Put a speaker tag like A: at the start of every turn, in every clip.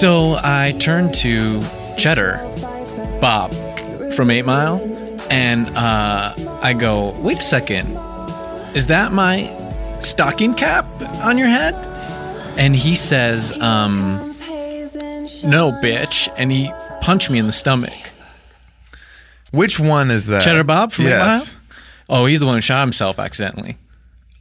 A: So I turned to Cheddar, Bob from 8 Mile, and uh, I go, wait a second, is that my stocking cap on your head? And he says, um, no, bitch. And he punched me in the stomach.
B: Which one is that?
A: Cheddar Bob from 8
B: Uh, yes.
A: Mile? Oh, he's the one who shot himself accidentally.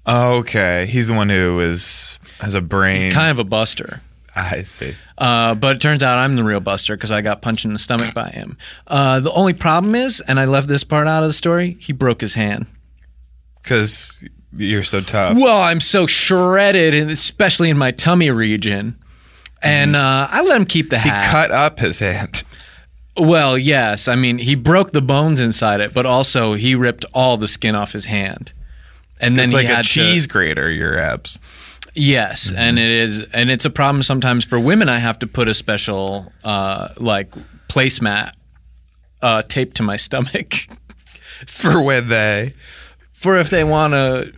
B: Oh, Okay, he's the one who is has a brain. Ah,
A: Kind of a buster.
B: I see.
A: Uh, but it turns out I'm the real buster because I got punched in the stomach by him. Uh, the only problem is, and I left this part out of the story, he broke his hand.
B: Because you're so tough.
A: Well, I'm so shredded, and especially in my tummy region. And
B: Mm-hmm.
A: uh, I let him keep the
B: He
A: hat.
B: cut up his hand.
A: well, yes. I mean, he broke the bones inside it, but also he ripped all the skin off his hand. And then
B: It's
A: he
B: like a Mm-hmm.
A: had
B: cheese
A: To,
B: grater. Your abs.
A: yes, and it is, and it's a problem sometimes for women. I have to put a special, uh, like, placemat uh, taped to my stomach.
B: For when they
A: for if they want to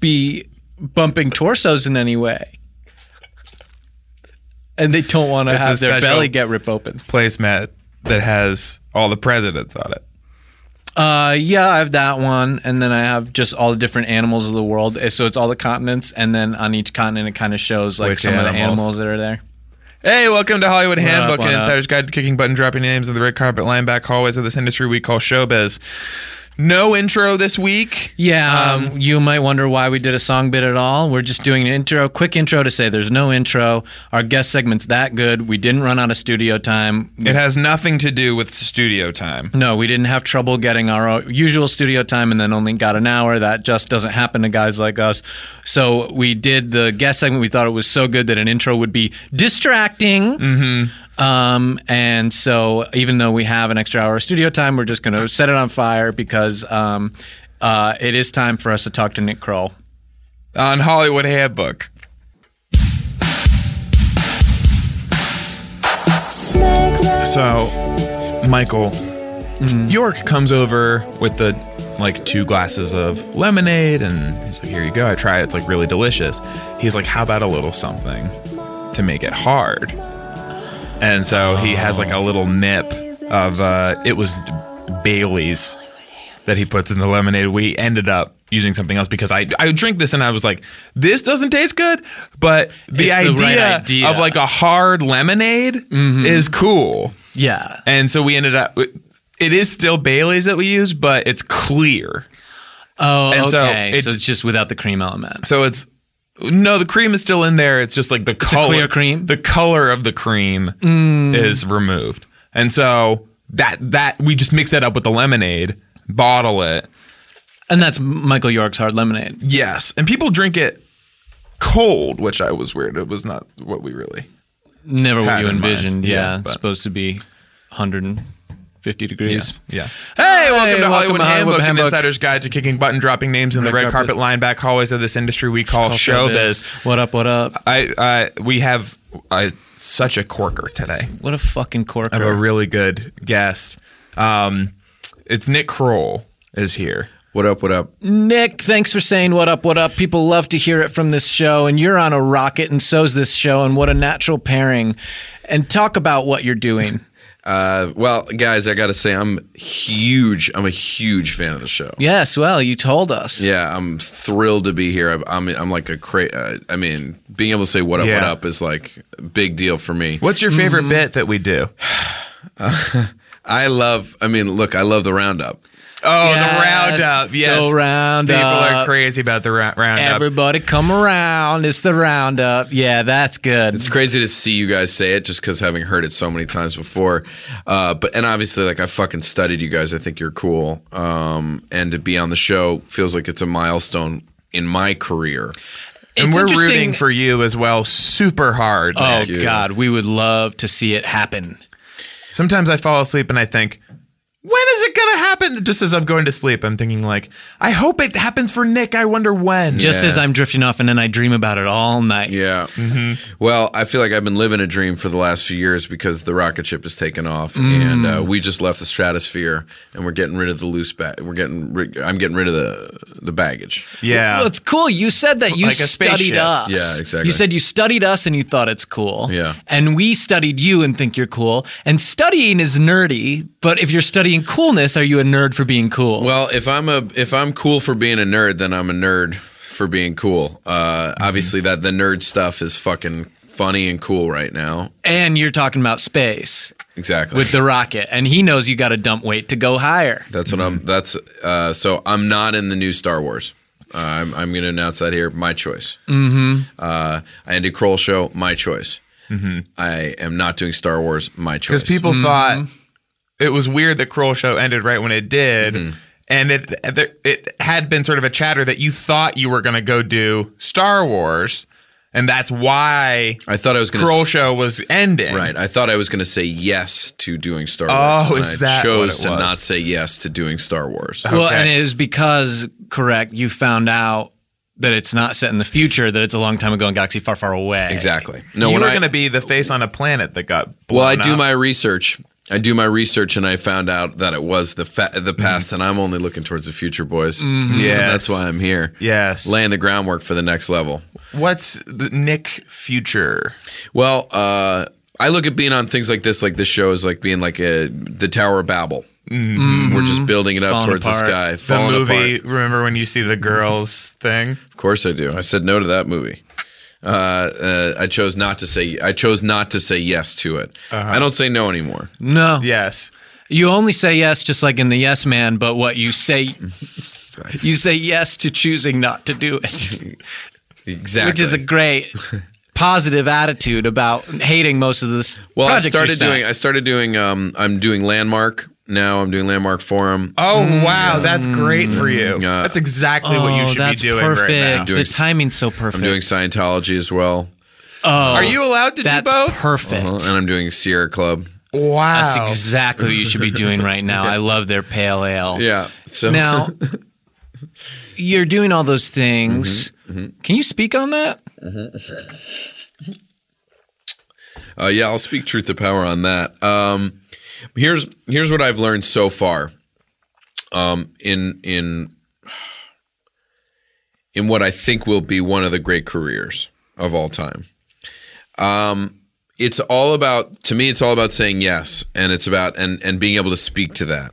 A: be bumping torsos in any way. And they don't want to
B: It's a
A: have their
B: special-
A: belly get ripped open.
B: placemat that has all the presidents on it.
A: Uh, yeah, I have that one, and then I have just all the different animals of the world. Uh, So it's all the continents, and then on each continent, it kind of shows like
B: Which
A: some of the animals
B: animals?
A: that are there.
B: Hey, welcome to Hollywood Handbook,
A: what
B: an
A: up?
B: insider's guide to kicking button, dropping names of the red carpet, lying back hallways of this industry we call showbiz. No intro this week.
A: Yeah, um, you might wonder why we did a song bit at all. We're just doing an intro, quick intro to say there's no intro. Our guest segment's that good. We didn't run out of studio time.
B: It has nothing to do with studio time.
A: No, we didn't have trouble getting our o- usual studio time and then only got an hour. That just doesn't happen to guys like us. So we did the guest segment. We thought it was so good that an intro would be distracting. Mm-hmm. Um, and so even though we have an extra hour of studio time, we're just going to set it on fire because um, uh, it is time for us to talk to Nick Kroll.
B: On Hollywood Handbook. So, Michael, York comes over with the like two glasses of lemonade, and he's like, "Here you go. I try it. It's like really delicious." He's like, "How about a little something to make it hard?" And so he has like a little nip of uh, it was Bailey's that he puts in the lemonade. We ended up using something else because I I would drink this and I was like, "This doesn't taste good," but the,
A: It's the
B: idea,
A: right idea. Mm-hmm.
B: of like a hard lemonade is cool.
A: Yeah.
B: And so we ended up. It is still Bailey's that we use, but it's clear.
A: Oh,
B: And so
A: okay. So,
B: it-
A: it's just without the cream element.
B: So it's no, the cream is still in there. It's just like the color,
A: clear cream?
B: The color of the cream is removed, and so that that we just mix that up with the lemonade, bottle it.
A: And that's Michael York's hard lemonade.
B: Yes, and people drink it cold, which I was weird. It was not what we really.
A: Never what
B: Had
A: you
B: in mind.
A: envisioned.
B: Yeah,
A: Yeah.
B: but-
A: it's supposed to be 150 degrees.
B: Yeah. Hey, welcome to
A: welcome
B: Hollywood,
A: to Hollywood
B: Handbook, an
A: Handbook.
B: insider's guide to kicking button, dropping names in the red,
A: Red
B: carpet, line back hallways of this industry we call, showbiz.
A: What up, what up?
B: I uh, we have uh, such a corker today.
A: What a fucking corker.
B: I have a really good guest. Um, it's Nick Kroll is here.
C: What up? What up?
A: Nick, thanks for saying what up, what up. People love to hear it from this show, and you're on a rocket, and so's this show, and what a natural pairing. And talk about what you're doing.
C: Uh, well, guys, I gotta say, I'm huge. I'm a huge fan of the show.
A: yes, well, you told us.
C: Yeah, I'm thrilled to be here. I, I'm I'm like a cra- uh, I mean, being able to say what up, what
B: Yeah.
C: up is like a big deal for me.
B: What's your favorite bit that we do?
C: I love. I mean, look, I love the roundup.
B: Oh,
A: Yes,
B: the roundup. Yes,
A: the roundup.
B: People are crazy about the ra- roundup.
A: Everybody come around. It's the roundup. Yeah, that's good.
C: It's crazy to see you guys say it just because having heard it so many times before. Uh, but and obviously, like I fucking studied you guys. I think you're cool. Um, and to be on the show feels like it's a milestone in my career.
B: and
A: It's
B: we're
A: interesting-
B: rooting for you as well, super hard.
A: Oh,
B: Nick.
C: you.
A: God, we would love to see it happen.
B: Sometimes I fall asleep and I think, when is it gonna happen? Just as I'm going to sleep, I'm thinking like, I hope it happens for Nick. I wonder when.
A: Just
C: Yeah.
A: as I'm drifting off, and then I dream about it all night.
C: Yeah. Well, I feel like I've been living a dream for the last few years because the rocket ship has taken off, and uh, we just left the stratosphere, and we're getting rid of the loose bag. We're getting. Ri- I'm getting rid of the the baggage.
B: yeah.
A: Well, it's cool. You said that you
B: Like a
A: studied
B: spaceship.
A: us.
C: Yeah, exactly.
A: You said you studied us and you thought it's cool.
C: Yeah.
A: And we studied you and think you're cool. And studying is nerdy, but if you're studying coolness, are you a nerd for being cool?
C: Well, if I'm a if I'm cool for being a nerd, then I'm a nerd for being cool. Uh, Obviously, that the nerd stuff is fucking funny and cool right now.
A: and you're talking about space
C: Exactly.
A: with the rocket, and he knows you got to dump weight to go higher.
C: That's what
B: Mm-hmm.
C: I'm. That's uh, so I'm not in the new Star Wars. Uh, I'm, I'm going to announce that here. My choice. Mm-hmm. Uh, Andy Kroll show. My choice. Mm-hmm. I am not doing Star Wars. My
B: because
C: choice.
B: people thought
C: Mm-hmm.
B: it was weird that Kroll show ended right when it did.
C: Mm-hmm.
B: And it it had been sort of a chatter that you thought you were going to go do Star Wars, and that's why
C: I thought I was going
B: Kroll
C: to.
B: show was ending.
C: Right. I thought I was going to say yes to doing Star
B: Oh,
C: Wars. and
B: is
C: I
B: that
C: chose
B: what it
C: to
B: was?
C: not say yes to doing Star Wars.
A: Well,
B: Okay.
A: and it was because, correct, you found out that it's not set in the future, that it's a long time ago in Galaxy Far, Far Away.
C: Exactly.
B: No, you
C: when
B: were
C: I-
B: going to be the face on a planet that got blown
C: Well, I do
B: up.
C: my research. I do my research, and I found out that it was the fa- the past, and I'm only looking towards the future, boys.
B: Mm-hmm. Yes.
C: that's why I'm here.
B: Yes.
C: laying the groundwork for the next level.
B: What's the Nick future?
C: Well, uh, I look at being on things like this, like this show, is like being like a the Tower of Babel. We're just building it up
A: Mm-hmm. Falling
C: towards
A: apart.
C: the sky.
B: The
C: Falling
B: movie.
C: apart. Mm-hmm.
B: Remember when you see the girls thing?
C: Of course, I do. I said no to that movie. Uh, uh, I chose not to say. I chose not to say yes to it.
A: Uh-huh.
C: I don't say no anymore.
A: No.
B: Yes.
A: You only say yes, just like in the Yes Man, but what you say, you say yes to choosing not to do it,
C: Exactly.
A: which is a great positive attitude about hating most of this.
C: Well, I
A: project you
C: started
A: set.
C: doing. I started doing. Um, I'm doing landmark now. I'm doing landmark forum.
B: Oh wow, that's great for you.
C: Yeah.
B: That's exactly what you
A: Oh,
B: should
A: that's
B: be doing
A: perfect.
B: right now.
C: Doing
A: the
C: s-
A: timing's so perfect. Oh,
C: I'm doing Scientology as well,
B: Are you allowed to
A: that's
B: do both?
A: perfect.
C: Uh, and I'm doing Sierra Club.
B: wow.
A: That's exactly what you should be doing right now. I love their pale ale.
C: Yeah. So
A: Now, you're doing all those things.
C: Mm-hmm,
A: Can you speak on that?
C: Uh, yeah, I'll speak truth to power on that. Um, here's here's what I've learned so far. Um, in in in what I think will be one of the great careers of all time. Um, it's all about to me. It's all about saying yes, and it's about and and being able to speak to that.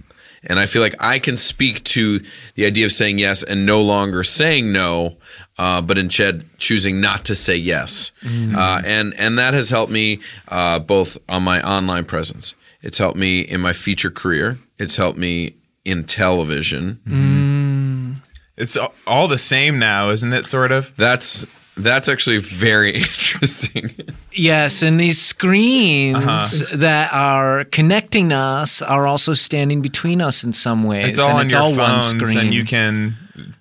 C: And I feel like I can speak to the idea of saying yes and no longer saying no, uh, but instead choosing not to say yes. Uh, and and that has helped me uh, both on my online presence. It's helped me in my feature career. It's helped me in television.
B: It's a- all the same now, isn't it? Sort of.
C: That's that's actually very interesting.
A: Yes, and these screens
B: Uh-huh.
A: that are connecting us are also standing between us in some ways.
B: It's
A: and
B: all on
A: it's
B: your
A: all
B: phones,
A: one screen.
B: and you can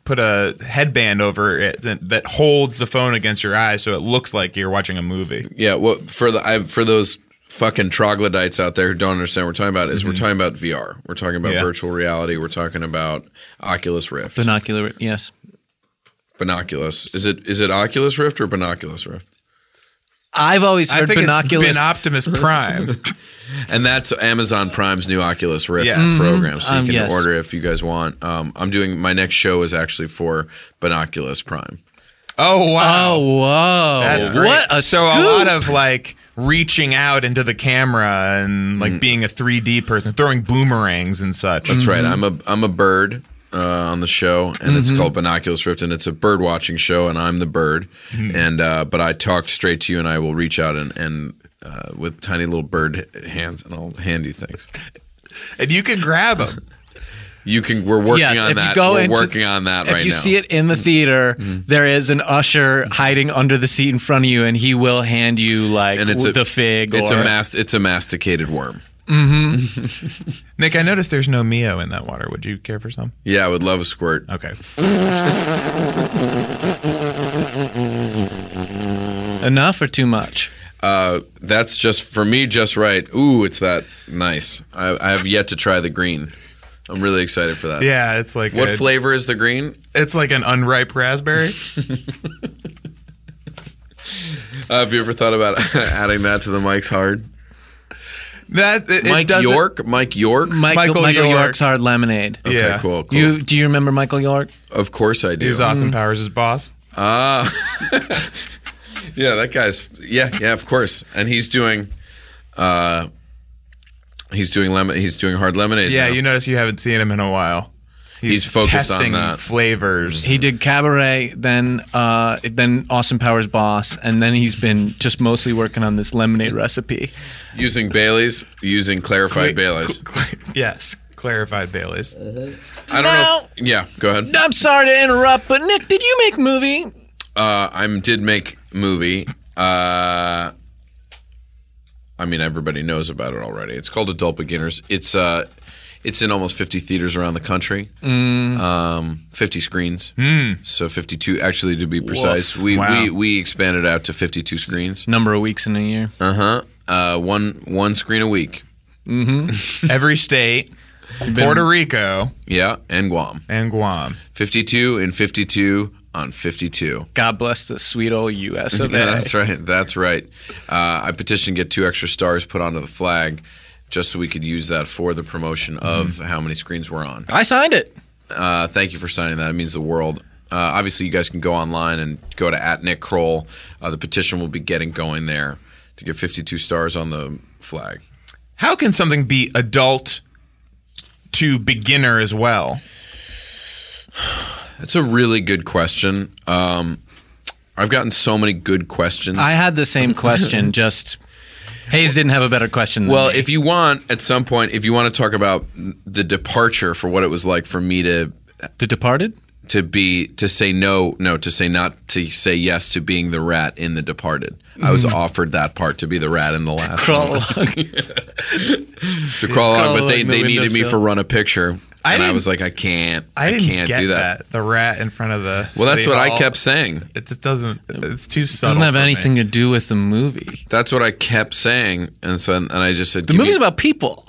B: put a headband over it that, that holds the phone against your eyes, so it looks like you're watching a movie.
C: yeah, well, for the I, for those fucking troglodytes out there who don't understand what we're talking about is we're talking about VR. We're talking about
B: Yeah.
C: virtual reality. We're talking about Oculus Rift.
A: Binocular, yes.
C: binoculus. Is it is it Oculus Rift or binoculus Rift?
A: I've always
B: I
A: heard
B: think
A: binoculars.
B: it's been Optimus Prime.
C: And that's Amazon Prime's new Oculus Rift
B: Yes.
C: program, so you
A: Um,
C: can
A: yes.
C: order if you guys want. Um, I'm doing my next show is actually for Binoculus Prime.
B: oh wow,
A: oh, whoa!
B: that's great.
A: What a
B: so a
A: scoop.
B: lot of like reaching out into the camera and
A: Mm.
B: like being a 3D person, throwing boomerangs and such.
C: That's right.
A: Mm-hmm.
C: I'm a I'm a bird uh, on the show, and it's called Binoculus Rift, and it's a bird watching show, and I'm the bird,
A: Mm-hmm.
C: and uh, but I talk straight to you, and I will reach out and and. Uh, with tiny little bird h- hands, and I'll hand you things.
B: and you can grab them.
C: You can. We're working
A: Yes,
C: on
A: if you
C: that.
A: go
C: we're
A: into-
C: working on that
A: if
C: right
A: you
C: now.
A: see it in the theater, there is an usher hiding under the seat in front of you, and he will hand you like
C: and it's a,
A: the fig.
C: It's
A: or,
C: a mas- It's a masticated worm.
B: Nick, I noticed there's no Mio in that water. Would you care for some?
C: Yeah, I would love a squirt.
B: Okay.
A: enough or too much.
C: Uh, that's just for me, just right. Ooh, it's that nice. I, I have yet to try the green. I'm really excited for that.
B: Yeah, it's like
C: What
B: a-
C: flavor is the green?
B: It's like an unripe raspberry.
C: Uh, have you ever thought about adding that to the Mike's Hard?
B: That it, it
C: Mike
B: doesn't-
C: York. Mike York.
A: Michael,
B: Michael
A: Michael,
B: York. Oh,
A: York's Hard Lemonade.
C: Okay,
B: Yeah.
C: cool. cool.
A: You do you remember Michael York?
C: of course I do.
B: He was Austin Powers' boss.
C: Yeah, that guy's. Yeah, yeah, of course. And he's doing. uh He's doing lemon. He's doing hard lemonade.
B: Yeah,
C: now.
B: you notice you haven't seen him in a while. He's,
C: focused on
B: testing
C: that.
B: flavors.
A: He did Cabaret, then uh, then Austin Powers Boss, and then he's been just mostly working on this lemonade recipe.
C: using Bailey's, using clarified Bailey's.
B: yes, clarified Bailey's.
C: I don't know. If, yeah, go ahead.
A: I'm sorry to interrupt, but Nick, did you make movie?
C: Uh, I did make movie. Uh, I mean, everybody knows about it already. It's called Adult Beginners. It's uh, it's in almost 50 theaters around the country. Um, 50 screens. So 52, actually, to be precise. We,
B: Wow.
C: we we expanded out to 52 screens.
A: Number of weeks in a year.
C: Uh huh. Uh, one one screen a week.
B: Every state, Puerto Rico,
C: Yeah, and Guam.
B: and Guam.
C: 52 and 52 on 52.
A: God bless the sweet old U.S. of A.
C: Yeah, that's right. That's right. Uh, I petitioned to get two extra stars put onto the flag just so we could use that for the promotion of how many screens we're on.
A: I signed it.
C: Uh, thank you for signing that. It means the world. Uh, obviously, you guys can go online and go to at Nick Kroll. Uh, the petition will be getting going there to get 52 stars on the flag.
B: How can something be adult to beginner as well?
C: That's a really good question. Um, I've gotten so many good questions.
A: I had the same question. just Hayes didn't have a better question. Than
C: Well,
A: me.
C: if you want, at some point, if you want to talk about the departure for what it was like for me to
A: The Departed.
C: to be to say no no to say not to say yes to being the rat in the departed i was offered that part to be the rat in the last one,
A: Crawl.
C: to crawl on but
A: crawl
C: they,
A: along the
C: they needed me
A: windowsill.
C: for run a picture
B: I
C: and i
B: didn't-
C: was like i can't i,
B: didn't
C: can't
B: get
C: do that,
B: The rat in front of the.
C: well that's
B: city
C: what i
B: hall.
C: kept saying
B: It just doesn't. It's too subtle.
A: doesn't have
B: for me.
A: anything to do with the movie.
C: that's what i kept saying and so and i just said
A: The movie's about people.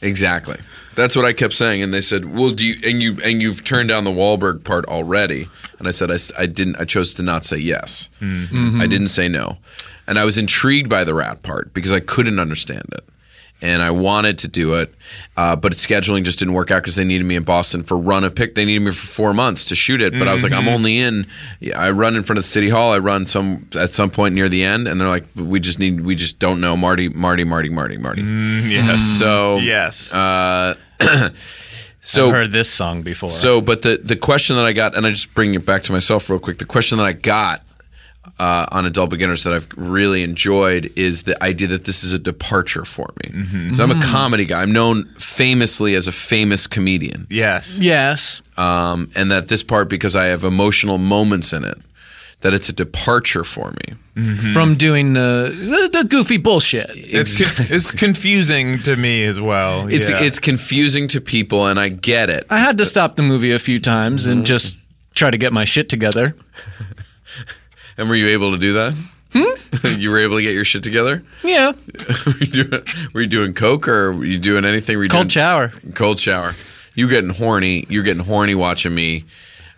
C: exactly that's what i kept saying and they said well do you and you and you've turned down the Wahlberg part already and i said i, s- I didn't i chose to not say yes i didn't say no and i was intrigued by the rat part because i couldn't understand it and I wanted to do it, uh, but scheduling just didn't work out because they needed me in Boston for run a pick. They needed me for four months to shoot it, but I was like, I'm only in. yeah, I run in front of City Hall. I run some at some point near the end, and they're like, we just need, we just don't know, Marty, Marty, Marty, Marty, Marty.
B: Yes.
C: So
B: yes.
C: uh,
A: I've
C: so
A: heard this song before.
C: so but the the question that I got and I just bring it back to myself real quick the question that I got uh, on adult beginners that I've really enjoyed is the idea that this is a departure for me.
A: Mm-hmm.
C: So I'm a comedy guy. I'm known famously as a famous comedian.
B: yes.
A: yes,
C: Um, and that this part because I have emotional moments in it that it's a departure for me.
A: from doing the, the the goofy bullshit.
B: It's con- it's confusing to me as well.
C: It's
B: yeah.
C: it's confusing to people and I get it.
A: I had to stop the movie a few times and just try to get my shit together.
C: And were you able to do that?
A: Hmm?
C: you were able to get your shit together?
A: Yeah,
C: were, you doing, were you doing coke or were you doing anything? Were you
A: cold
C: doing,
A: shower.
C: Cold shower. You getting horny? You're getting horny watching me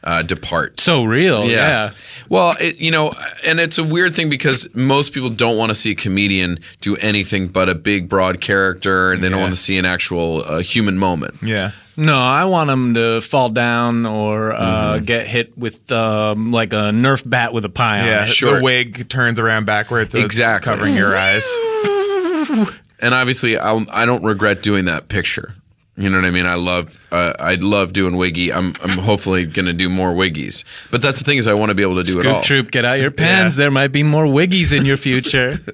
C: uh, depart.
A: So real. Oh, Yeah.
C: Well, it, you know, and it's a weird thing because most people don't want to see a comedian do anything but a big, broad character, and they don't
B: Yeah.
C: want to see an actual uh, human moment.
B: yeah.
A: No, I want them to fall down or uh, get hit with um, like a Nerf bat with a pie
B: Yeah,
A: on it.
C: Sure.
B: the wig turns around backwards, so it's
C: Exactly.
B: covering your eyes.
C: and obviously I'll, I don't regret doing that picture. You know what I mean? I love uh, I love doing wiggy. I'm I'm hopefully gonna do more wiggies. But that's the thing is I want to be able to do it all.
A: Goop troop, get out your pens.
B: Yeah.
A: There might be more wiggies in your future.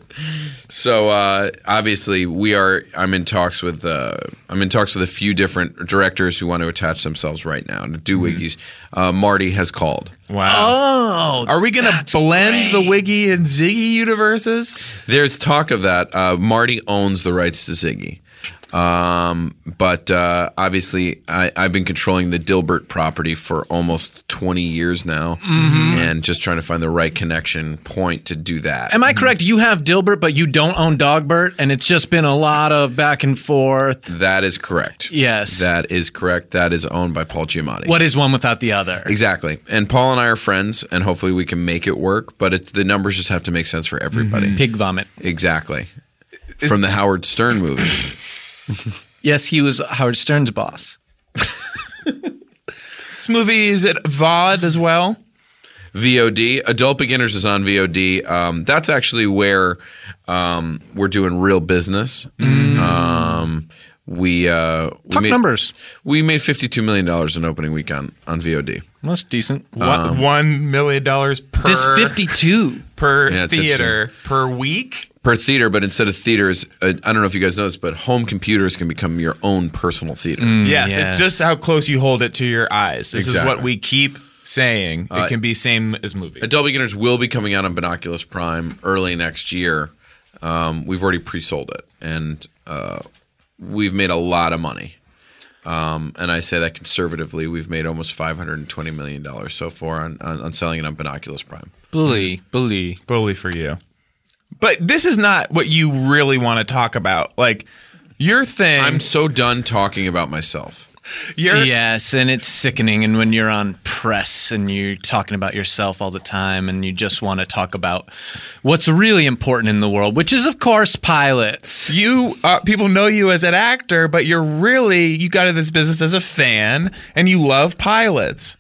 C: So uh, obviously we are. I'm in talks with uh, I'm in talks with a few different directors who want to attach themselves right now to do
A: Mm-hmm.
C: wiggies. Uh, Marty has called.
B: Wow.
A: oh,
B: Are we gonna blend the Wiggy and Ziggy universes?
C: There's talk of that. Uh, Marty owns the rights to Ziggy. Um, but uh, obviously, I, I've been controlling the Dilbert property for almost 20 years now
A: Mm-hmm.
C: and just trying to find the right connection point to do that.
A: Am I correct? You have Dilbert, but you don't own Dogbert, and it's just been a lot of back and forth.
C: that is correct.
A: Yes.
C: That is correct. That is owned by Paul Giamatti.
A: What is one without the other?
C: Exactly. And Paul and I are friends, and hopefully we can make it work, but it's, the numbers just have to make sense for everybody.
A: Pig vomit.
C: Exactly. From the Howard Stern movie.
A: Yes, he was Howard Stern's boss.
B: This movie is it VOD as well?
C: VOD. Adult Beginners is on VOD. Um, that's actually where um, we're doing real business. Um, we uh, we
A: Talk
C: made,
A: numbers.
C: We made fifty-two million dollars in opening week on on VOD.
A: That's decent.
C: Um,
B: One- One million dollars per
A: This 52.
B: per
C: Yeah, it's
B: theater per week.
C: Per theater, but instead of theaters, uh, I don't know if you guys know this, but home computers can become your own personal theater.
B: Yes,
A: yes.
B: it's just how close you hold it to your eyes. This
C: Exactly. Uh,
B: is what we keep saying. it can be same as movie.
C: Adult Beginners will be coming out on Binoculus Prime early next year. Um, we've already pre-sold it, and uh, we've made a lot of money. Um, and I say that conservatively, we've made almost five hundred and twenty million dollars so far on, on, on selling it on Binoculus Prime.
A: Bully. Bully.
B: Bully for you. But this is not what you really want to talk about. Like your thing,
C: I'm so done talking about myself.
B: your
A: Yes, and it's sickening. And when you're on press and you're talking about yourself all the time and you just want to talk about what's really important in the world, which is, of course, pilots.
B: you uh, people know you as an actor, but you're really you got into this business as a fan and you love pilots.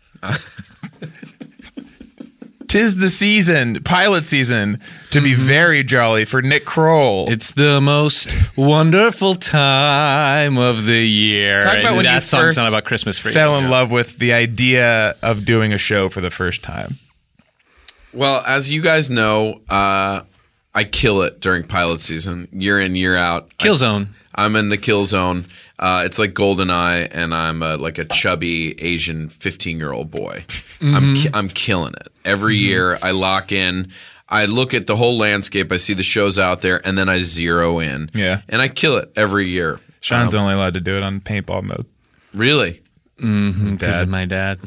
B: Tis the season, pilot season, to be very jolly for Nick Kroll.
A: It's the most wonderful time of the year.
B: Talk about
A: And
B: when you
A: that song's
B: first
A: not about Christmas for you.
B: fell in love with the idea of doing a show for the first time.
C: Well, as you guys know, uh, I kill it during pilot season, year in year out. I
A: Killzone.
C: I'm in the kill zone. Uh, it's like GoldenEye, and I'm a, like a chubby Asian 15 year old boy.
A: Mm-hmm.
C: I'm ki- I'm killing it every year. I lock in. I look at the whole landscape. I see the shows out there, and then I zero in.
B: Yeah.
C: and I kill it every year.
B: Sean's only allowed to do it on paintball mode.
C: Really,
A: This is my dad.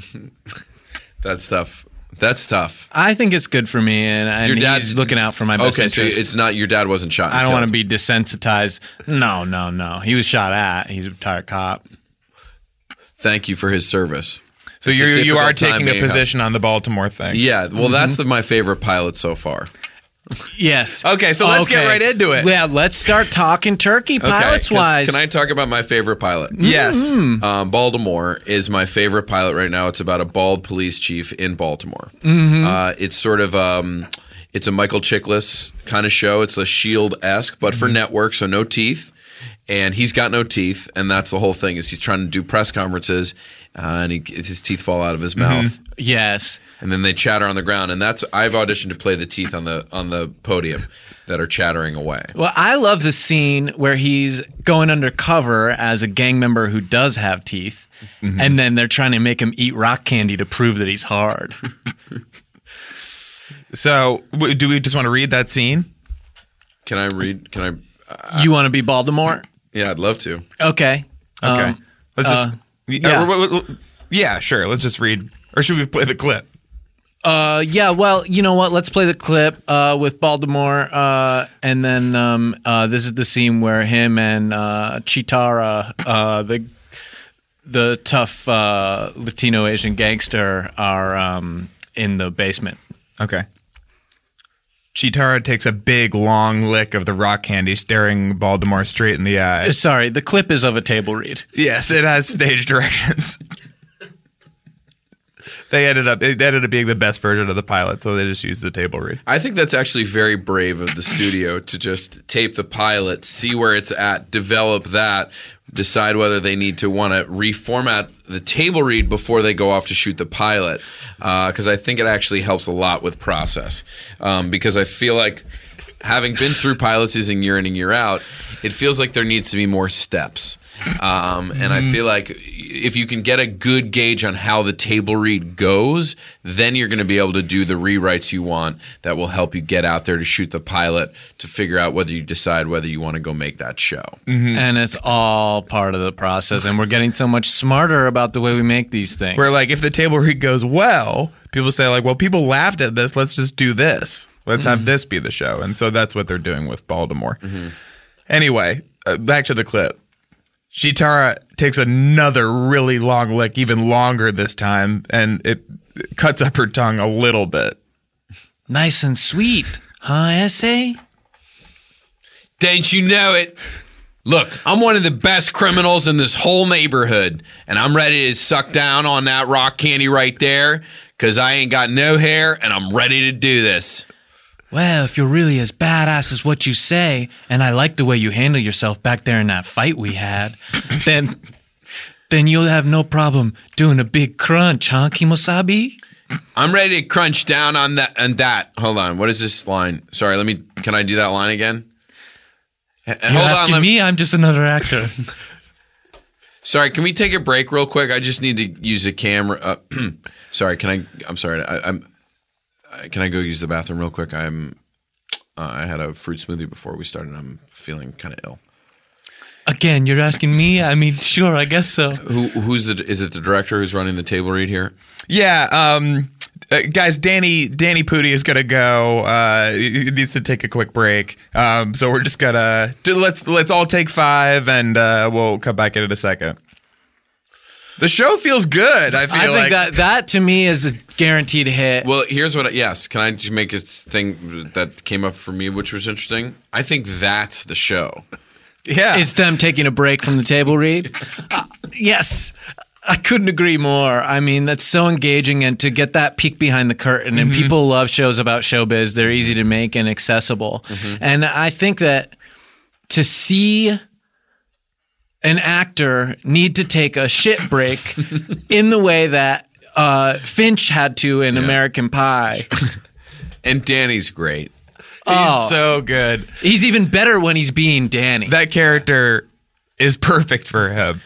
C: that's tough. That's tough.
A: I think it's good for me, and, and
C: Your dad's-
A: he's looking out for my best
C: Okay, so
A: interest.
C: it's not your dad wasn't shot. and
A: I don't want to
C: killed.
A: be desensitized. No, no, no. He was shot at. He's a retired cop.
C: Thank you for his service.
B: So
C: It's a
B: you you are
C: difficult time
B: taking a
C: being a-
B: position on the Baltimore thing.
C: Yeah, well,
A: Mm-hmm.
C: that's the, my favorite pilot so far.
A: Yes.
B: Okay, so let's get right into it.
A: Yeah, let's start talking turkey
C: Okay,
A: pilots
C: 'cause
A: wise. Mm-hmm.
C: can I talk about my favorite pilot?
B: Yes.
C: Um, Baltimore is my favorite pilot right now. It's about a bald police chief in Baltimore.
A: Mm-hmm.
C: Uh, it's sort of um, it's a Michael Chiklis kind of show. It's a Shield esque, E but for
A: Mm-hmm.
C: network, so no teeth. And he's got no teeth, and that's the whole thing. Is he's trying to do press conferences, uh, and he, his teeth fall out of his
A: Mm-hmm.
C: mouth,
A: yes.
C: and then they chatter on the ground. And that's I've auditioned to play the teeth on the on the podium that are chattering away.
A: Well, I love the scene where he's going undercover as a gang member who does have teeth, and then they're trying to make him eat rock candy to prove that he's hard.
B: So w- do we just want to read that scene?
C: Can I read? Can I? Uh,
A: you want to be Baltimore?
C: yeah, I'd love to.
A: Okay.
B: Okay.
A: Um,
B: Let's just
A: uh,
B: yeah.
A: yeah.
B: yeah, sure. Let's just read or should we play the clip?
A: Uh, yeah, well, you know what? Let's play the clip uh, with Baltimore, uh, and then um, uh, this is the scene where him and uh, Chitara, uh, the the tough uh, Latino Asian gangster, are um, in the basement.
B: Okay. Chitara takes a big long lick of the rock candy, staring Baltimore straight in the eye.
A: Sorry, the clip is of a table read.
B: Yes, it has stage directions. they ended up it ended up being the best version of the pilot, so they just used the table read.
C: I think that's actually very brave of the studio to just tape the pilot, see where it's at, develop that, decide whether they need to want to reformat the table read before they go off to shoot the pilot. Because I think it actually helps a lot with process. Um, because I feel like having been through pilot season year in and year out, it feels like there needs to be more steps. Um, and I feel like if you can get a good gauge on how the table read goes, then you're going to be able to do the rewrites you want that will help you get out there to shoot the pilot to figure out whether you decide whether you want to go make that show.
A: And it's all part of the process. And we're getting so much smarter about the way we make these things.
B: Where like if the table read goes well, people say like, well, people laughed at this. Let's just do this. Let's have this be the show. And so that's what they're doing with Baltimore. Anyway, uh, back to the clip. Shitara takes another really long lick, even longer this time, and it cuts up her tongue a little bit.
A: nice and sweet, huh, Essay?
C: Don't you know it? Look, I'm one of the best criminals in this whole neighborhood, and I'm ready to suck down on that rock candy right there because I ain't got no hair and I'm ready to do this.
A: Well, if you're really as badass as what you say, and I like the way you handle yourself back there in that fight we had, then then you'll have no problem doing a big crunch, huh, Kimosabi?
C: I'm ready to crunch down on that and that. Hold on, what is this line? Sorry, let me. Can I do that line again? H-
A: You're
C: Hold on,
A: asking
C: let me.
A: me, I'm just another actor.
C: Sorry, can we take a break real quick? I just need to use a camera. Uh, sorry, can I? I'm sorry. I, I'm. I- Can I go use the bathroom real quick? I'm. Uh, I had a fruit smoothie before we started. and I'm feeling kind of ill.
A: Again, you're asking me? I mean, sure, I guess so.
C: Who who's the is it the director who's running the table read here?
B: Yeah, um, uh, guys, Danny Danny Pooty is gonna go. Uh, he he needs to take a quick break. Um, so we're just gonna do, let's let's all take five, and uh, we'll come back in in a second. The show feels good. I feel
A: I think
B: like
A: that that to me is a guaranteed hit.
C: Well, here's what. I, yes, can I just make a thing that came up for me, which was interesting? I think that's the show.
B: yeah.
A: It's them taking a break from the table read. Uh, yes. I couldn't agree more. I mean, that's so engaging and to get that peek behind the curtain and
B: Mm-hmm.
A: people love shows about showbiz. They're easy to make and accessible.
B: Mm-hmm.
A: And I think that to see an actor need to take a shit break in the way that uh, Finch had to in American Pie.
C: And Danny's great.
B: He's so good.
A: He's even better when he's being Danny.
B: That character is perfect for him.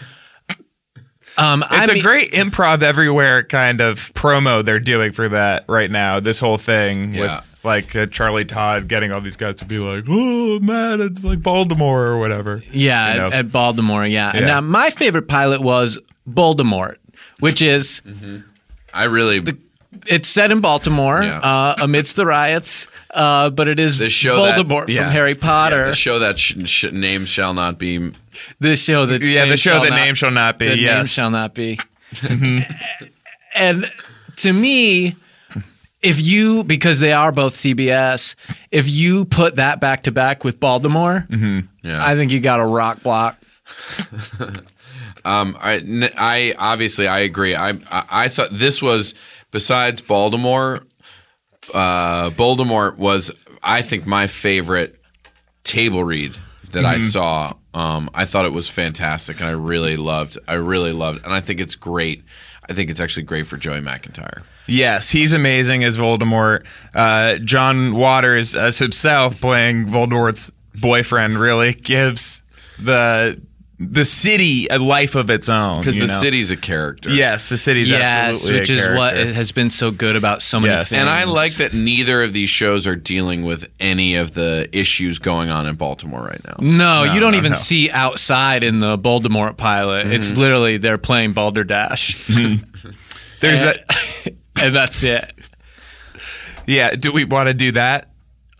A: um,
B: It's a great improv everywhere kind of promo they're doing for that right now. This whole thing
C: Yeah.
B: with like uh, Charlie Todd getting all these guys to be like, "Oh man, it's like Baltimore or whatever."
A: Yeah, uh,
B: You
A: at,
B: know?
A: at Baltimore. Yeah. And
B: Yeah.
A: now my favorite pilot was Voldemort, which is
C: I really
A: it's set in Baltimore
C: Yeah.
A: uh, amidst the riots, uh, but it is
C: the show
A: Voldemort
C: that, yeah.
A: from Harry
C: Yeah,
A: Potter.
C: the show that sh- sh- name shall not be.
A: the show that
B: yeah, the
A: name
B: show
A: shall
B: that
A: not-
B: name shall not be.
A: that
B: yes. Mm-hmm.
A: name shall not be. and to me, if you because they are both CBS, if you put that back to back with Baltimore,
B: Mm-hmm.
C: Yeah.
A: I think you got a rock block.
C: Um, I, n- I obviously I agree. I, I I thought this was besides Baltimore, uh, Baltimore was I think my favorite table read that
B: Mm-hmm.
C: I saw. Um, I thought it was fantastic, and I really loved. I really loved, and I think it's great. I think it's actually great for Joey McIntyre.
B: Yes, he's amazing as Voldemort. Uh, John Waters as himself playing Voldemort's boyfriend really gives the the city a life of its own
C: Because
B: you
C: the
B: know?
C: city's a character.
B: Yes, the city's
A: Yes,
B: absolutely a
A: which is what
B: character.
A: it has been so good about so many
B: Yes.
A: things.
C: And I like that neither of these shows are dealing with any of the issues going on in Baltimore right now.
A: No, you don't
B: no,
A: even
B: no.
A: see outside in the Voldemort pilot. It's
D: Mm-hmm.
A: literally they're playing Balderdash,
B: There's
A: and-
B: that.
A: and that's it.
B: Yeah, do we want to do that?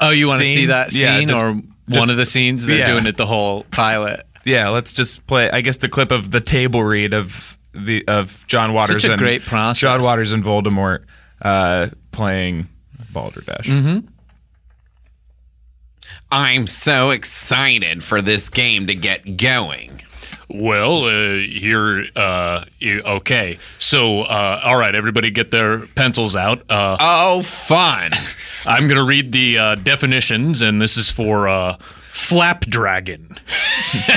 A: Oh, you want to
B: Scene?
A: see that scene
B: Yeah, just-
A: or
B: just-
A: one of the scenes? They're
B: yeah.
A: doing it the whole pilot.
B: Yeah, let's just play. I guess the clip of the table read of the of John Waters.
A: a
B: and,
A: great process.
B: John Waters and Voldemort uh, playing Balderdash.
A: Mm-hmm.
C: I'm so excited for this game to get going.
D: Well, uh, here, uh, you- okay. So, uh, all right, everybody get their pencils out. Uh,
C: Oh, fun.
D: I'm going to read the uh, definitions, and this is for uh, flapdragon.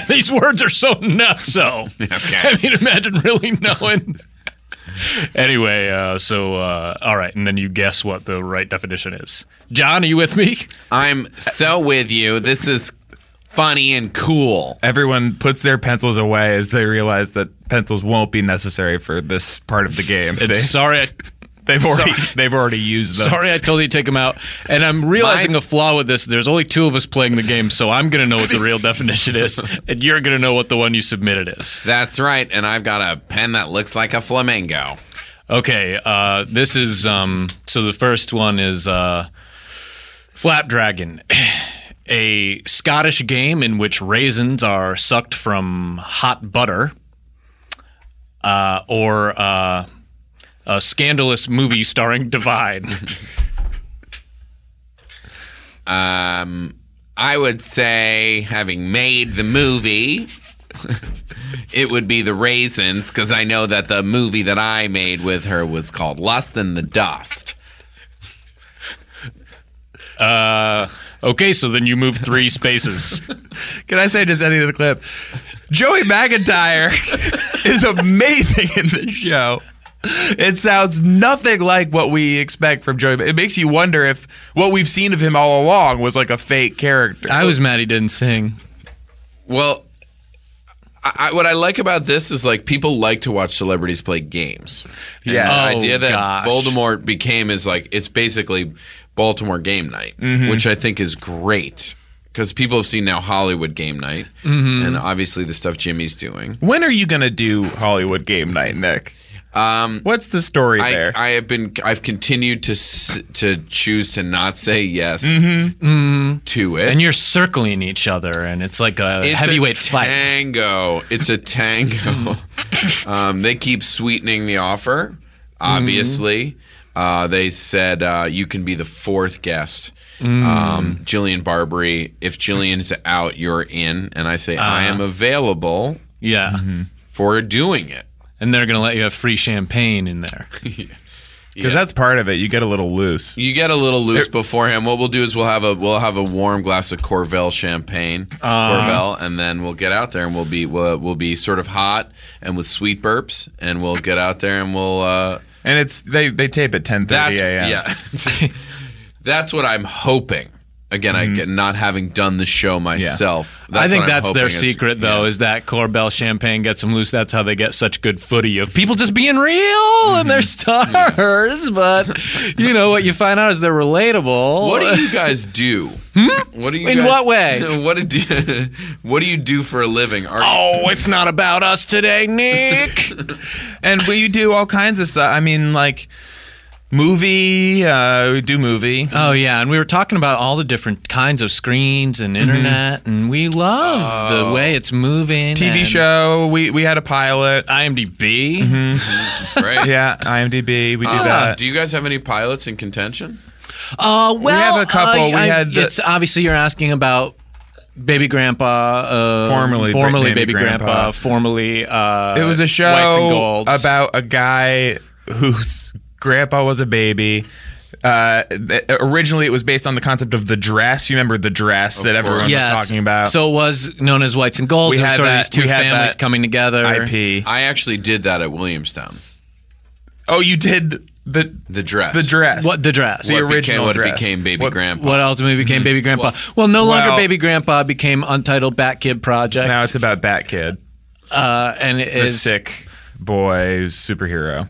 D: These words are so nuts, so.
C: Okay.
D: I mean, imagine really knowing. anyway, uh, so, uh, all right, and then you guess what the right definition is. John, are you with me?
C: I'm so with you. This is funny and cool.
B: Everyone puts their pencils away as they realize that pencils won't be necessary for this part of the game. They,
A: Sorry, I,
B: they've already they've already used them.
A: sorry, I told you to take them out. And I'm realizing a flaw with this. There's only two of us playing the game, so I'm gonna know what the real definition is, and you're gonna know what the one you submitted is.
C: That's right. And I've got a pen that looks like a flamingo.
A: Okay, uh, this is um, so the first one is uh, Flapdragon, a Scottish game in which raisins are sucked from hot butter, uh, or uh, a scandalous movie starring Divine.
C: Um, I would say, having made the movie, it would be the raisins because I know that the movie that I made with her was called Lust in the Dust.
A: okay, so then you move three spaces.
B: Can I say just any of the clip? Joey McIntyre is amazing in this show. It sounds nothing like what we expect from Joey. It makes you wonder if what we've seen of him all along was like a fake character.
A: I was mad he didn't sing.
C: Well, I, I, what I like about this is like people like to watch celebrities play games. And
B: Yeah. Uh,
C: the
A: Oh,
C: idea that
A: gosh.
C: Voldemort became is like it's basically Baltimore game night,
A: Mm-hmm.
C: which I think is great because people have seen now Hollywood game night,
A: Mm-hmm.
C: and obviously the stuff Jimmy's doing.
B: When are you gonna do Hollywood Game Night, Nick?
C: Um,
B: What's the story
C: I,
B: there?
C: I have been. I've continued to s- to choose to not say yes to it.
A: Mm-hmm. And you're circling each other, and it's like a
C: It's
A: heavyweight
C: a
A: fight.
C: Tango. It's a tango. um, they keep sweetening the offer. Obviously,
A: Mm-hmm.
C: uh, they said uh, you can be the fourth guest.
A: Mm.
C: Um, Jillian Barbary. If Jillian's out, you're in. And I say
A: Uh.
C: I am available
A: Yeah.
C: for doing it.
A: And they're going to let you have free champagne in there.
B: Because that's part of it. You get a little loose.
C: You get a little loose beforehand. What we'll do is we'll have a we'll have a warm glass of Corvel champagne,
A: Uh-huh.
C: Corvel, and then we'll get out there and we'll be we'll, we'll be sort of hot and with sweet burps, and we'll get out there and we'll. Uh,
B: And it's they they tape at ten thirty
C: that's
B: a.m.
C: yeah. that's what I'm hoping. Again, I get not having done the show myself.
A: Mm-hmm. I think
C: what I'm
A: that's their
C: hoping is-
A: secret, though,
C: yeah.
A: is that Corbel champagne gets them loose. That's how they get such good footy of people just being real
C: Mm-hmm.
A: and they're stars. But you know what you find out is they're relatable.
C: What do you guys do? What do you
A: Hmm? In
C: guys-
A: what way?
C: What do you, What do you do for a living? Are you-
A: Oh, it's not about us today, Nick.
B: and we do all kinds of stuff. I mean, like movie. Uh, we do movie.
A: oh yeah, and we were talking about all the different kinds of screens
C: Mm-hmm.
A: and internet, and we love
C: Oh.
A: the way it's moving.
B: TV
A: and
B: show. We we had a pilot.
A: IMDb.
C: Mm-hmm.
A: Oh,
C: right.
B: Yeah, IMDb. We do
A: Ah.
C: Uh,
B: that.
C: do you guys have any pilots in contention?
A: Uh, well,
B: have a couple.
A: I-
B: We
A: I-
B: had the-
A: it's obviously you're asking about baby grandpa, uh,
B: Formerly Ba-
A: formerly baby,
B: Baby
A: grandpa,
B: Grandpa.
A: formerly. Uh,
B: it was
A: Whites
B: a
A: and
B: show
A: Golds.
B: about a guy whose grandpa was a baby. Uh, th- originally, it was based on the concept of the dress. You remember the dress that everyone
A: yes.
B: was talking about.
A: So it was known as Whites and Golds.
B: We
A: It was
B: had
A: sort of
B: that-
A: these two
B: we had
A: families
B: that
A: coming together.
B: IP.
C: I actually did that at Williamstown.
B: Oh, you did the
C: The dress.
B: the dress.
A: What the dress?
B: the
C: What
B: original
C: became, what
B: dress.
C: became baby
B: What-
C: grandpa.
A: What ultimately became Baby Grandpa? Well, no
B: Well-
A: longer Baby Grandpa became Untitled Bat Kid Project,
B: Now it's about Bat Kid,
A: uh, and it
B: a
A: is
B: sick boy who's superhero.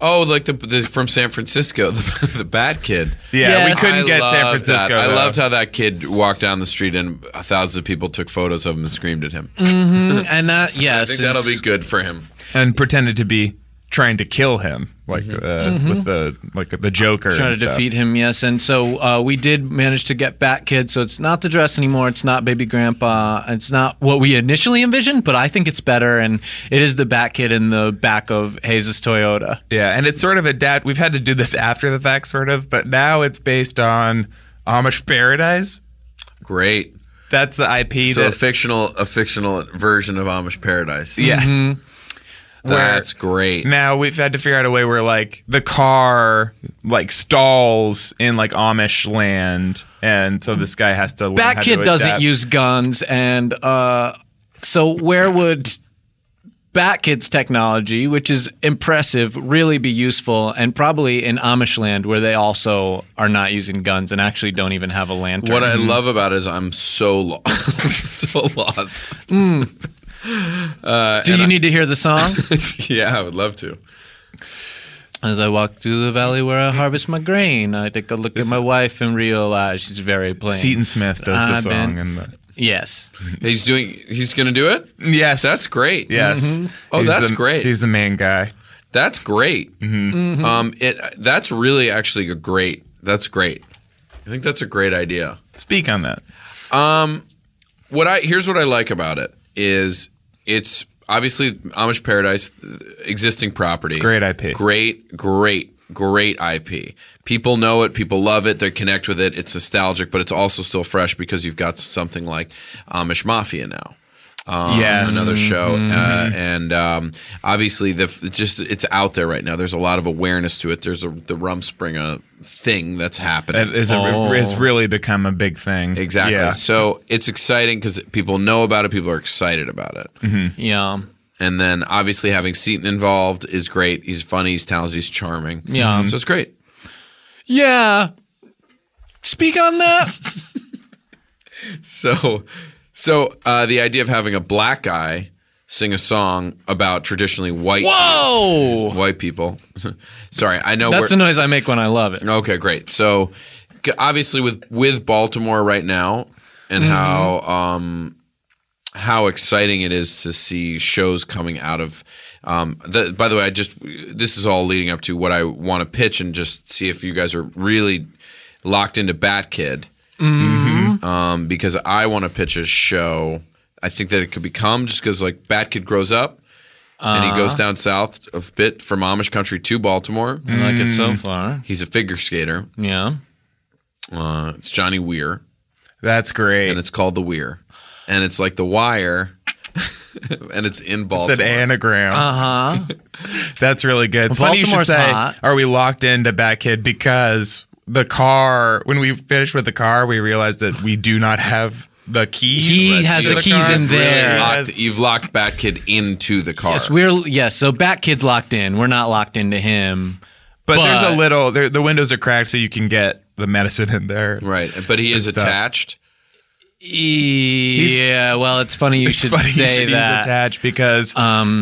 C: Oh, like the, the from San Francisco, the, the Bat Kid.
B: Yeah,
A: Yes.
B: we couldn't
C: I
B: get San
C: loved that.
B: Francisco.
C: I
B: though.
C: loved how that kid walked down the street and thousands of people took photos of him and screamed at him.
A: Mm, and that
C: I
A: yes,
C: think
A: is-
C: that'll be good for him.
B: and pretended to be trying to kill him, like uh, with the like the Joker.
A: Mm-hmm. trying
B: and
A: to
B: stuff.
A: defeat him. Yes, and so uh, we did manage to get Bat Kid. So it's not the dress anymore. It's not Baby Grandpa. It's not what we initially envisioned, but I think it's better. And it is the Bat Kid in the back of Hayes' Toyota.
B: Yeah, and it's sort of adapt. We've had to do this after the fact, sort of, but now it's based on Amish Paradise.
C: Great.
B: That's the IP.
C: So a
B: that,
C: fictional, a fictional version of Amish Paradise.
B: Mm. yes.
C: mm-hmm. that's great.
B: Now we've had to figure out a way where like the car like stalls in like Amish land, and so this guy has to. learn how
A: Bat
B: to
A: Kid doesn't
B: adapt.
A: use guns, and uh, so where would Batkids technology, which is impressive, really be useful, and probably in Amish land where they also are not using guns and actually don't even have a lantern.
C: What
B: Mm.
C: I love about it is I'm so lost, so lost.
A: Do you need to hear the song?
C: yeah, I would love to.
A: As I walk through the valley where I harvest my grain, I take a look at my wife and realize she's very plain.
B: Seton Smith does the
A: I've been-
B: song and the
A: Yes.
C: He's doing. He's gonna do it.
B: yes,
C: That's great.
B: yes.
C: Oh,
B: He's
C: that's
B: the-
C: great.
B: He's the main guy.
C: That's great. Um, it that's really actually a great. That's great. I think that's a great idea.
B: Speak on that.
C: What I here's what I like about it is it's obviously Amish Paradise, uh, existing property,
B: great IP.
C: great, great, great IP. People know it, people love it, they connect with it. It's nostalgic, but it's also still fresh because you've got something like Amish Mafia now. Um,
B: Yes. Mm-hmm.
C: another show, uh, and um, obviously the f- just it's out there right now. There's a lot of awareness to it. There's a, the Rumspringa thing that's happening.
B: That is a,
A: Oh.
B: It's really become a big thing.
C: Exactly.
B: Yeah.
C: So it's exciting because people know about it. People are excited about it.
A: Mm-hmm. Yeah.
C: And then obviously having Seaton involved is great. He's funny. He's talented. He's charming.
A: Yeah. Mm-hmm.
C: So it's great.
A: Yeah. Speak on that.
C: So, so uh, the idea of having a black guy sing a song about traditionally white
A: Whoa.
C: white people. Sorry, I know
A: That's the
C: we're
A: noise I make when I love it.
C: okay. Great. So g- obviously with with Baltimore right now and how um how exciting it is to see shows coming out of. Um, the, by the way, I just this is all leading up to what I want to pitch and just see if you guys are really locked into Bat Kid. um, because I want to pitch a show. I think that it could become just because like Bat Kid grows up and he goes down south a bit from Amish country to Baltimore.
A: I like it
B: Mm.
A: so far.
C: He's a figure skater.
A: Yeah.
C: Uh, it's Johnny Weir,
B: That's great.
C: and it's called the Weir, and it's like the Wire, and it's in
B: It's an
C: Baltimore.
B: anagram.
A: Uh
B: Uh-huh.
A: huh.
B: That's really good. It's funny you should
A: Baltimore's
B: say,
A: hot.
B: are we locked into Bat Kid? Because the car, when we finished with the car, we realized that we do not have the keys.
A: He has
C: you
A: the
C: look
A: keys
B: around
A: in
B: really
A: there.
B: hot.
C: Locked- you've locked Bat Kid into the car.
A: Yes, we're yes. So Batkid's locked in. We're not locked into him.
B: but, there's a
A: but-
B: little, there, the windows are cracked so you can get the medicine in there.
C: right, but he is
B: Good stuff.
C: attached.
A: yeah. Well, it's funny you should
B: Funny you
A: say
B: should use
A: that. um,
B: attached because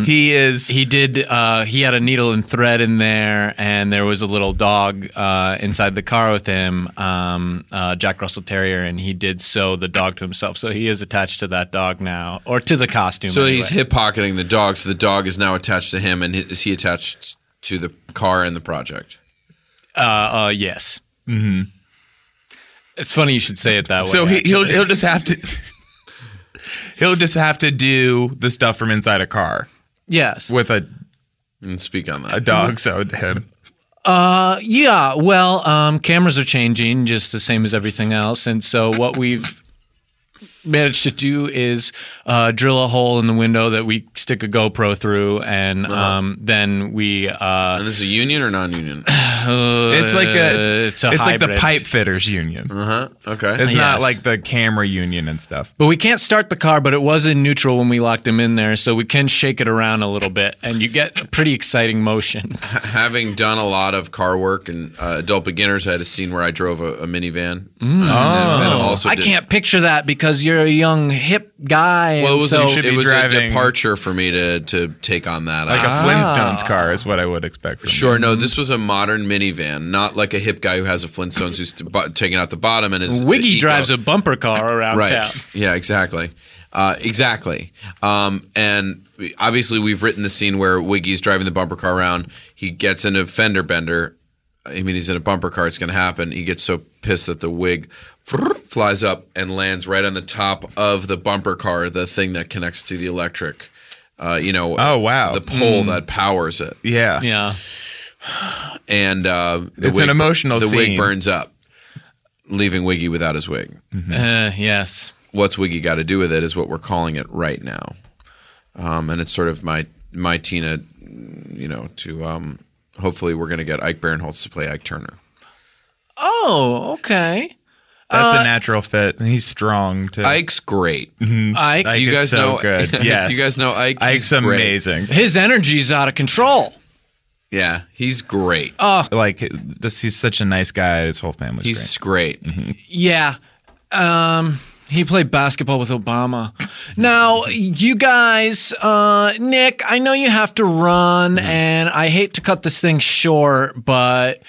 B: he is.
A: he did. Uh, he had a needle and thread in there, and there was a little dog uh, inside the car with him, um, uh, Jack Russell Terrier, and he did sew the dog to himself. So he is attached to that dog now, or to the costume.
C: So he's
A: anyway.
C: hip pocketing the dog. So the dog is now attached to him, and he- is he attached to the car and the project?
A: Uh, uh, yes. Mm-hmm. It's funny you should say it that way.
B: so he, he'll,
A: actually.
B: he'll just have to. He'll just have to do the stuff from inside a car
A: yes.
B: with a,
C: And speak on
B: a
C: that.
B: dog sewed to him.
A: Yeah, well, um, cameras are changing just the same as everything else, and so what we've managed to do is uh, drill a hole in the window that we stick a GoPro through, and um, then we uh,
C: And this is a union or non-union?
B: It's like a,
A: it's a
B: like the
A: hybrid.
B: pipe fitters union.
C: Uh-huh. Okay.
B: It's not
A: Yes.
B: like the camera union and stuff.
A: But we can't start the car, but it was in neutral when we locked him in there, so we can shake it around a little bit, and you get a pretty exciting motion.
C: Having done a lot of car work and uh, adult beginners, I had a scene where I drove a, a minivan. Mm. also
A: Oh. I
C: did-
A: can't picture that because you're a young hip guy.
C: Well, it
A: and
C: was,
A: so,
B: should
C: it
B: be
C: was a
B: driving-
C: departure for me to to take on that.
B: Like a
A: Ah.
C: I-
B: Flintstones car is what I would expect. From
C: sure, no, this was a modern minivan, not like a hip guy who has a Flintstones who's t- bu- taking out the bottom and is
A: Wiggy
C: eco-
A: drives a bumper car around
C: right.
A: town.
C: Yeah, exactly. Uh, exactly. Um, and we- obviously, we've written the scene where Wiggy's driving the bumper car around. He gets in a fender bender. I mean, he's in a bumper car. It's going to happen. He gets so pissed that the wig flies up and lands right on the top of the bumper car, the thing that connects to the electric. Uh, you know,
B: Oh, wow.
C: the pole that powers it,
B: me. Yeah.
A: Yeah.
C: and uh, the
B: It's an emotional
C: The
B: scene.
C: wig burns up, leaving Wiggy without his wig.
A: Uh, yes.
C: what's Wiggy got to do with it is what we're calling it right now, um, and it's sort of my my Tina, you know, to um, hopefully we're going to get Ike Barinholtz to play Ike Turner.
A: Oh, okay.
B: That's a natural fit, and he's strong too.
C: Ike's great.
A: Ike,
C: Do you
B: is
C: guys
B: so
C: know?
B: good. Yes.
C: Do you guys know Ike?
B: Ike's
C: He's great.
B: amazing.
A: his energy's out of control.
C: Yeah, he's great.
B: Like, this, he's such a nice guy. His whole family's
C: he's great.
A: Yeah. Um, he played basketball with Obama. Now, you guys, uh, Nick, I know you have to run, and I hate to cut this thing short, but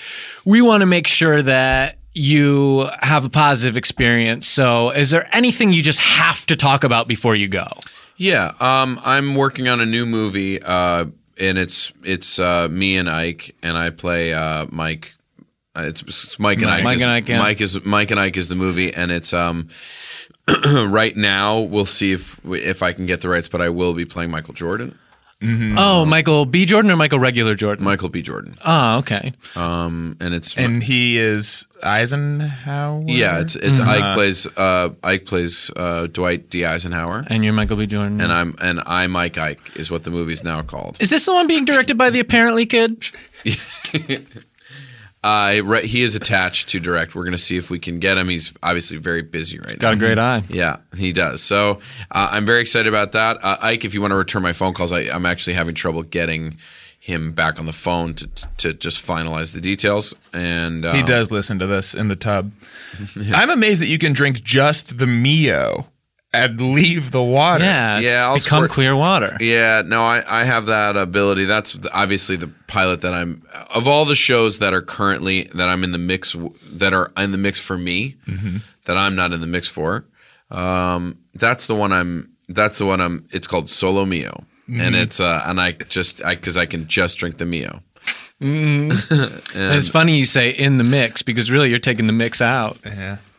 A: we want to make sure that you have a positive experience. So, is there anything you just have to talk about before you go?
C: Yeah, um, I'm working on a new movie, uh, and it's it's uh, me and Ike, and I play uh, Mike. Uh, it's, it's Mike and Ike.
A: Mike
C: is,
A: and Ike, yeah.
C: Mike is Mike and Ike is the movie, and it's um, right now. We'll see if we- if I can get the rights, but I will be playing Michael Jordan,
A: Oh, Michael B. Jordan or Michael Regular Jordan?
C: Michael B. Jordan,
A: Oh, okay.
C: um, and it's
B: great. And he is Eisenhower.
C: yeah, it's it's
A: Mm-hmm.
C: Ike plays uh, Ike plays uh, Dwight D. Eisenhower,
A: And you're Michael B. Jordan.
C: and I'm and I Mike Ike is what the movie's now called.
A: is this the one being directed by the apparently kid?
C: I re- he is attached to direct. We're going to see if we can get him. He's obviously very busy right now.
A: Got a great eye.
C: Yeah, he does. So uh, I'm very excited about that. Uh, Ike, if you want to return my phone calls, I, I'm actually having trouble getting him back on the phone to to just finalize the details. And uh,
B: He does listen to this in the tub. I'm amazed that you can drink just the Mio and leave the water.
A: Yeah, it's
C: Yeah, I'll
A: become
C: squirt-
A: clear water.
C: Yeah, no, I, I have that ability. That's the- obviously the pilot that I'm of all the shows that are currently that I'm in the mix w- that are in the mix for me that I'm not in the mix for. Um, that's the one I'm. That's the one I'm. It's called Solo Mio, and it's uh, and I just I because I can just drink the Mio.
A: And it's funny you say in the mix because really you're taking the mix out.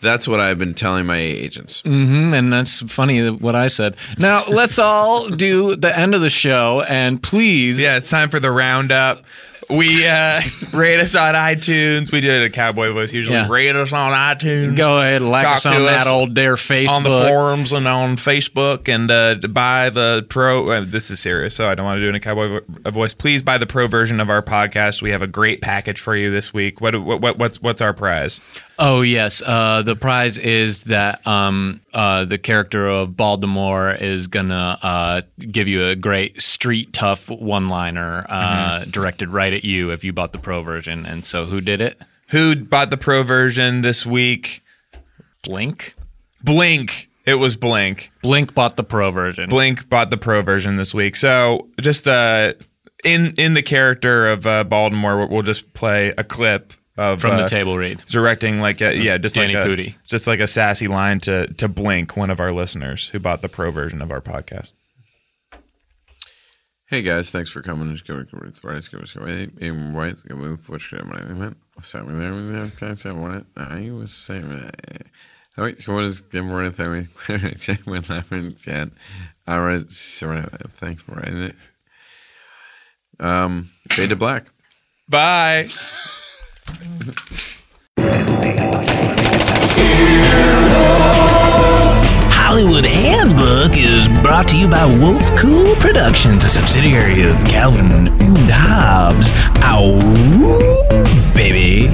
C: That's what I've been telling my agents.
A: Mm, And that's funny that- what I said. Now, let's all do the end of the show and please.
B: Yeah, it's time for the roundup. We uh, rate us on iTunes. We did a cowboy voice usually.
A: Yeah.
B: Rate us on iTunes.
A: Go ahead, and like
B: Talk
A: us on
B: to
A: that
B: us
A: old dare Facebook.
B: on the forums and on Facebook and uh, to buy the pro. Uh, this is serious, so I don't want to do it in a cowboy vo- a voice. Please buy the pro version of our podcast. We have a great package for you this week. What, what, what what's what's our prize?
A: Oh yes, uh, the prize is that um, uh, the character of Baltimore is gonna uh, give you a great street tough one-liner uh, directed right at you if you bought the pro version. And so, who did it?
B: Who bought the pro version this week?
A: Blink.
B: Blink. It was Blink.
A: Blink bought the pro version.
B: Blink bought the pro version this week. So just uh, in in the character of uh, Baltimore, we'll- we'll just play a clip of
A: from
B: uh,
A: the table read.
B: directing like a, yeah, just
A: Danny
B: like a,
A: Pudi.
B: just like a sassy line to to Blink, one of our listeners who bought the pro version of our podcast.
C: Hey guys, thanks for coming. Just give it- give it- right, give it- give it- aim right, give it- which grade am I in? Sorry, there we go. Can I say what I was saying? Uh, all right, come on, just give me right there. We- when I went, yeah. All right, so, right, thanks for writing it. Um, fade to black.
B: Bye.
E: Hollywood Handbook is brought to you by Wolf Cool Productions, a subsidiary of Calvin and Hobbes. Ow, baby.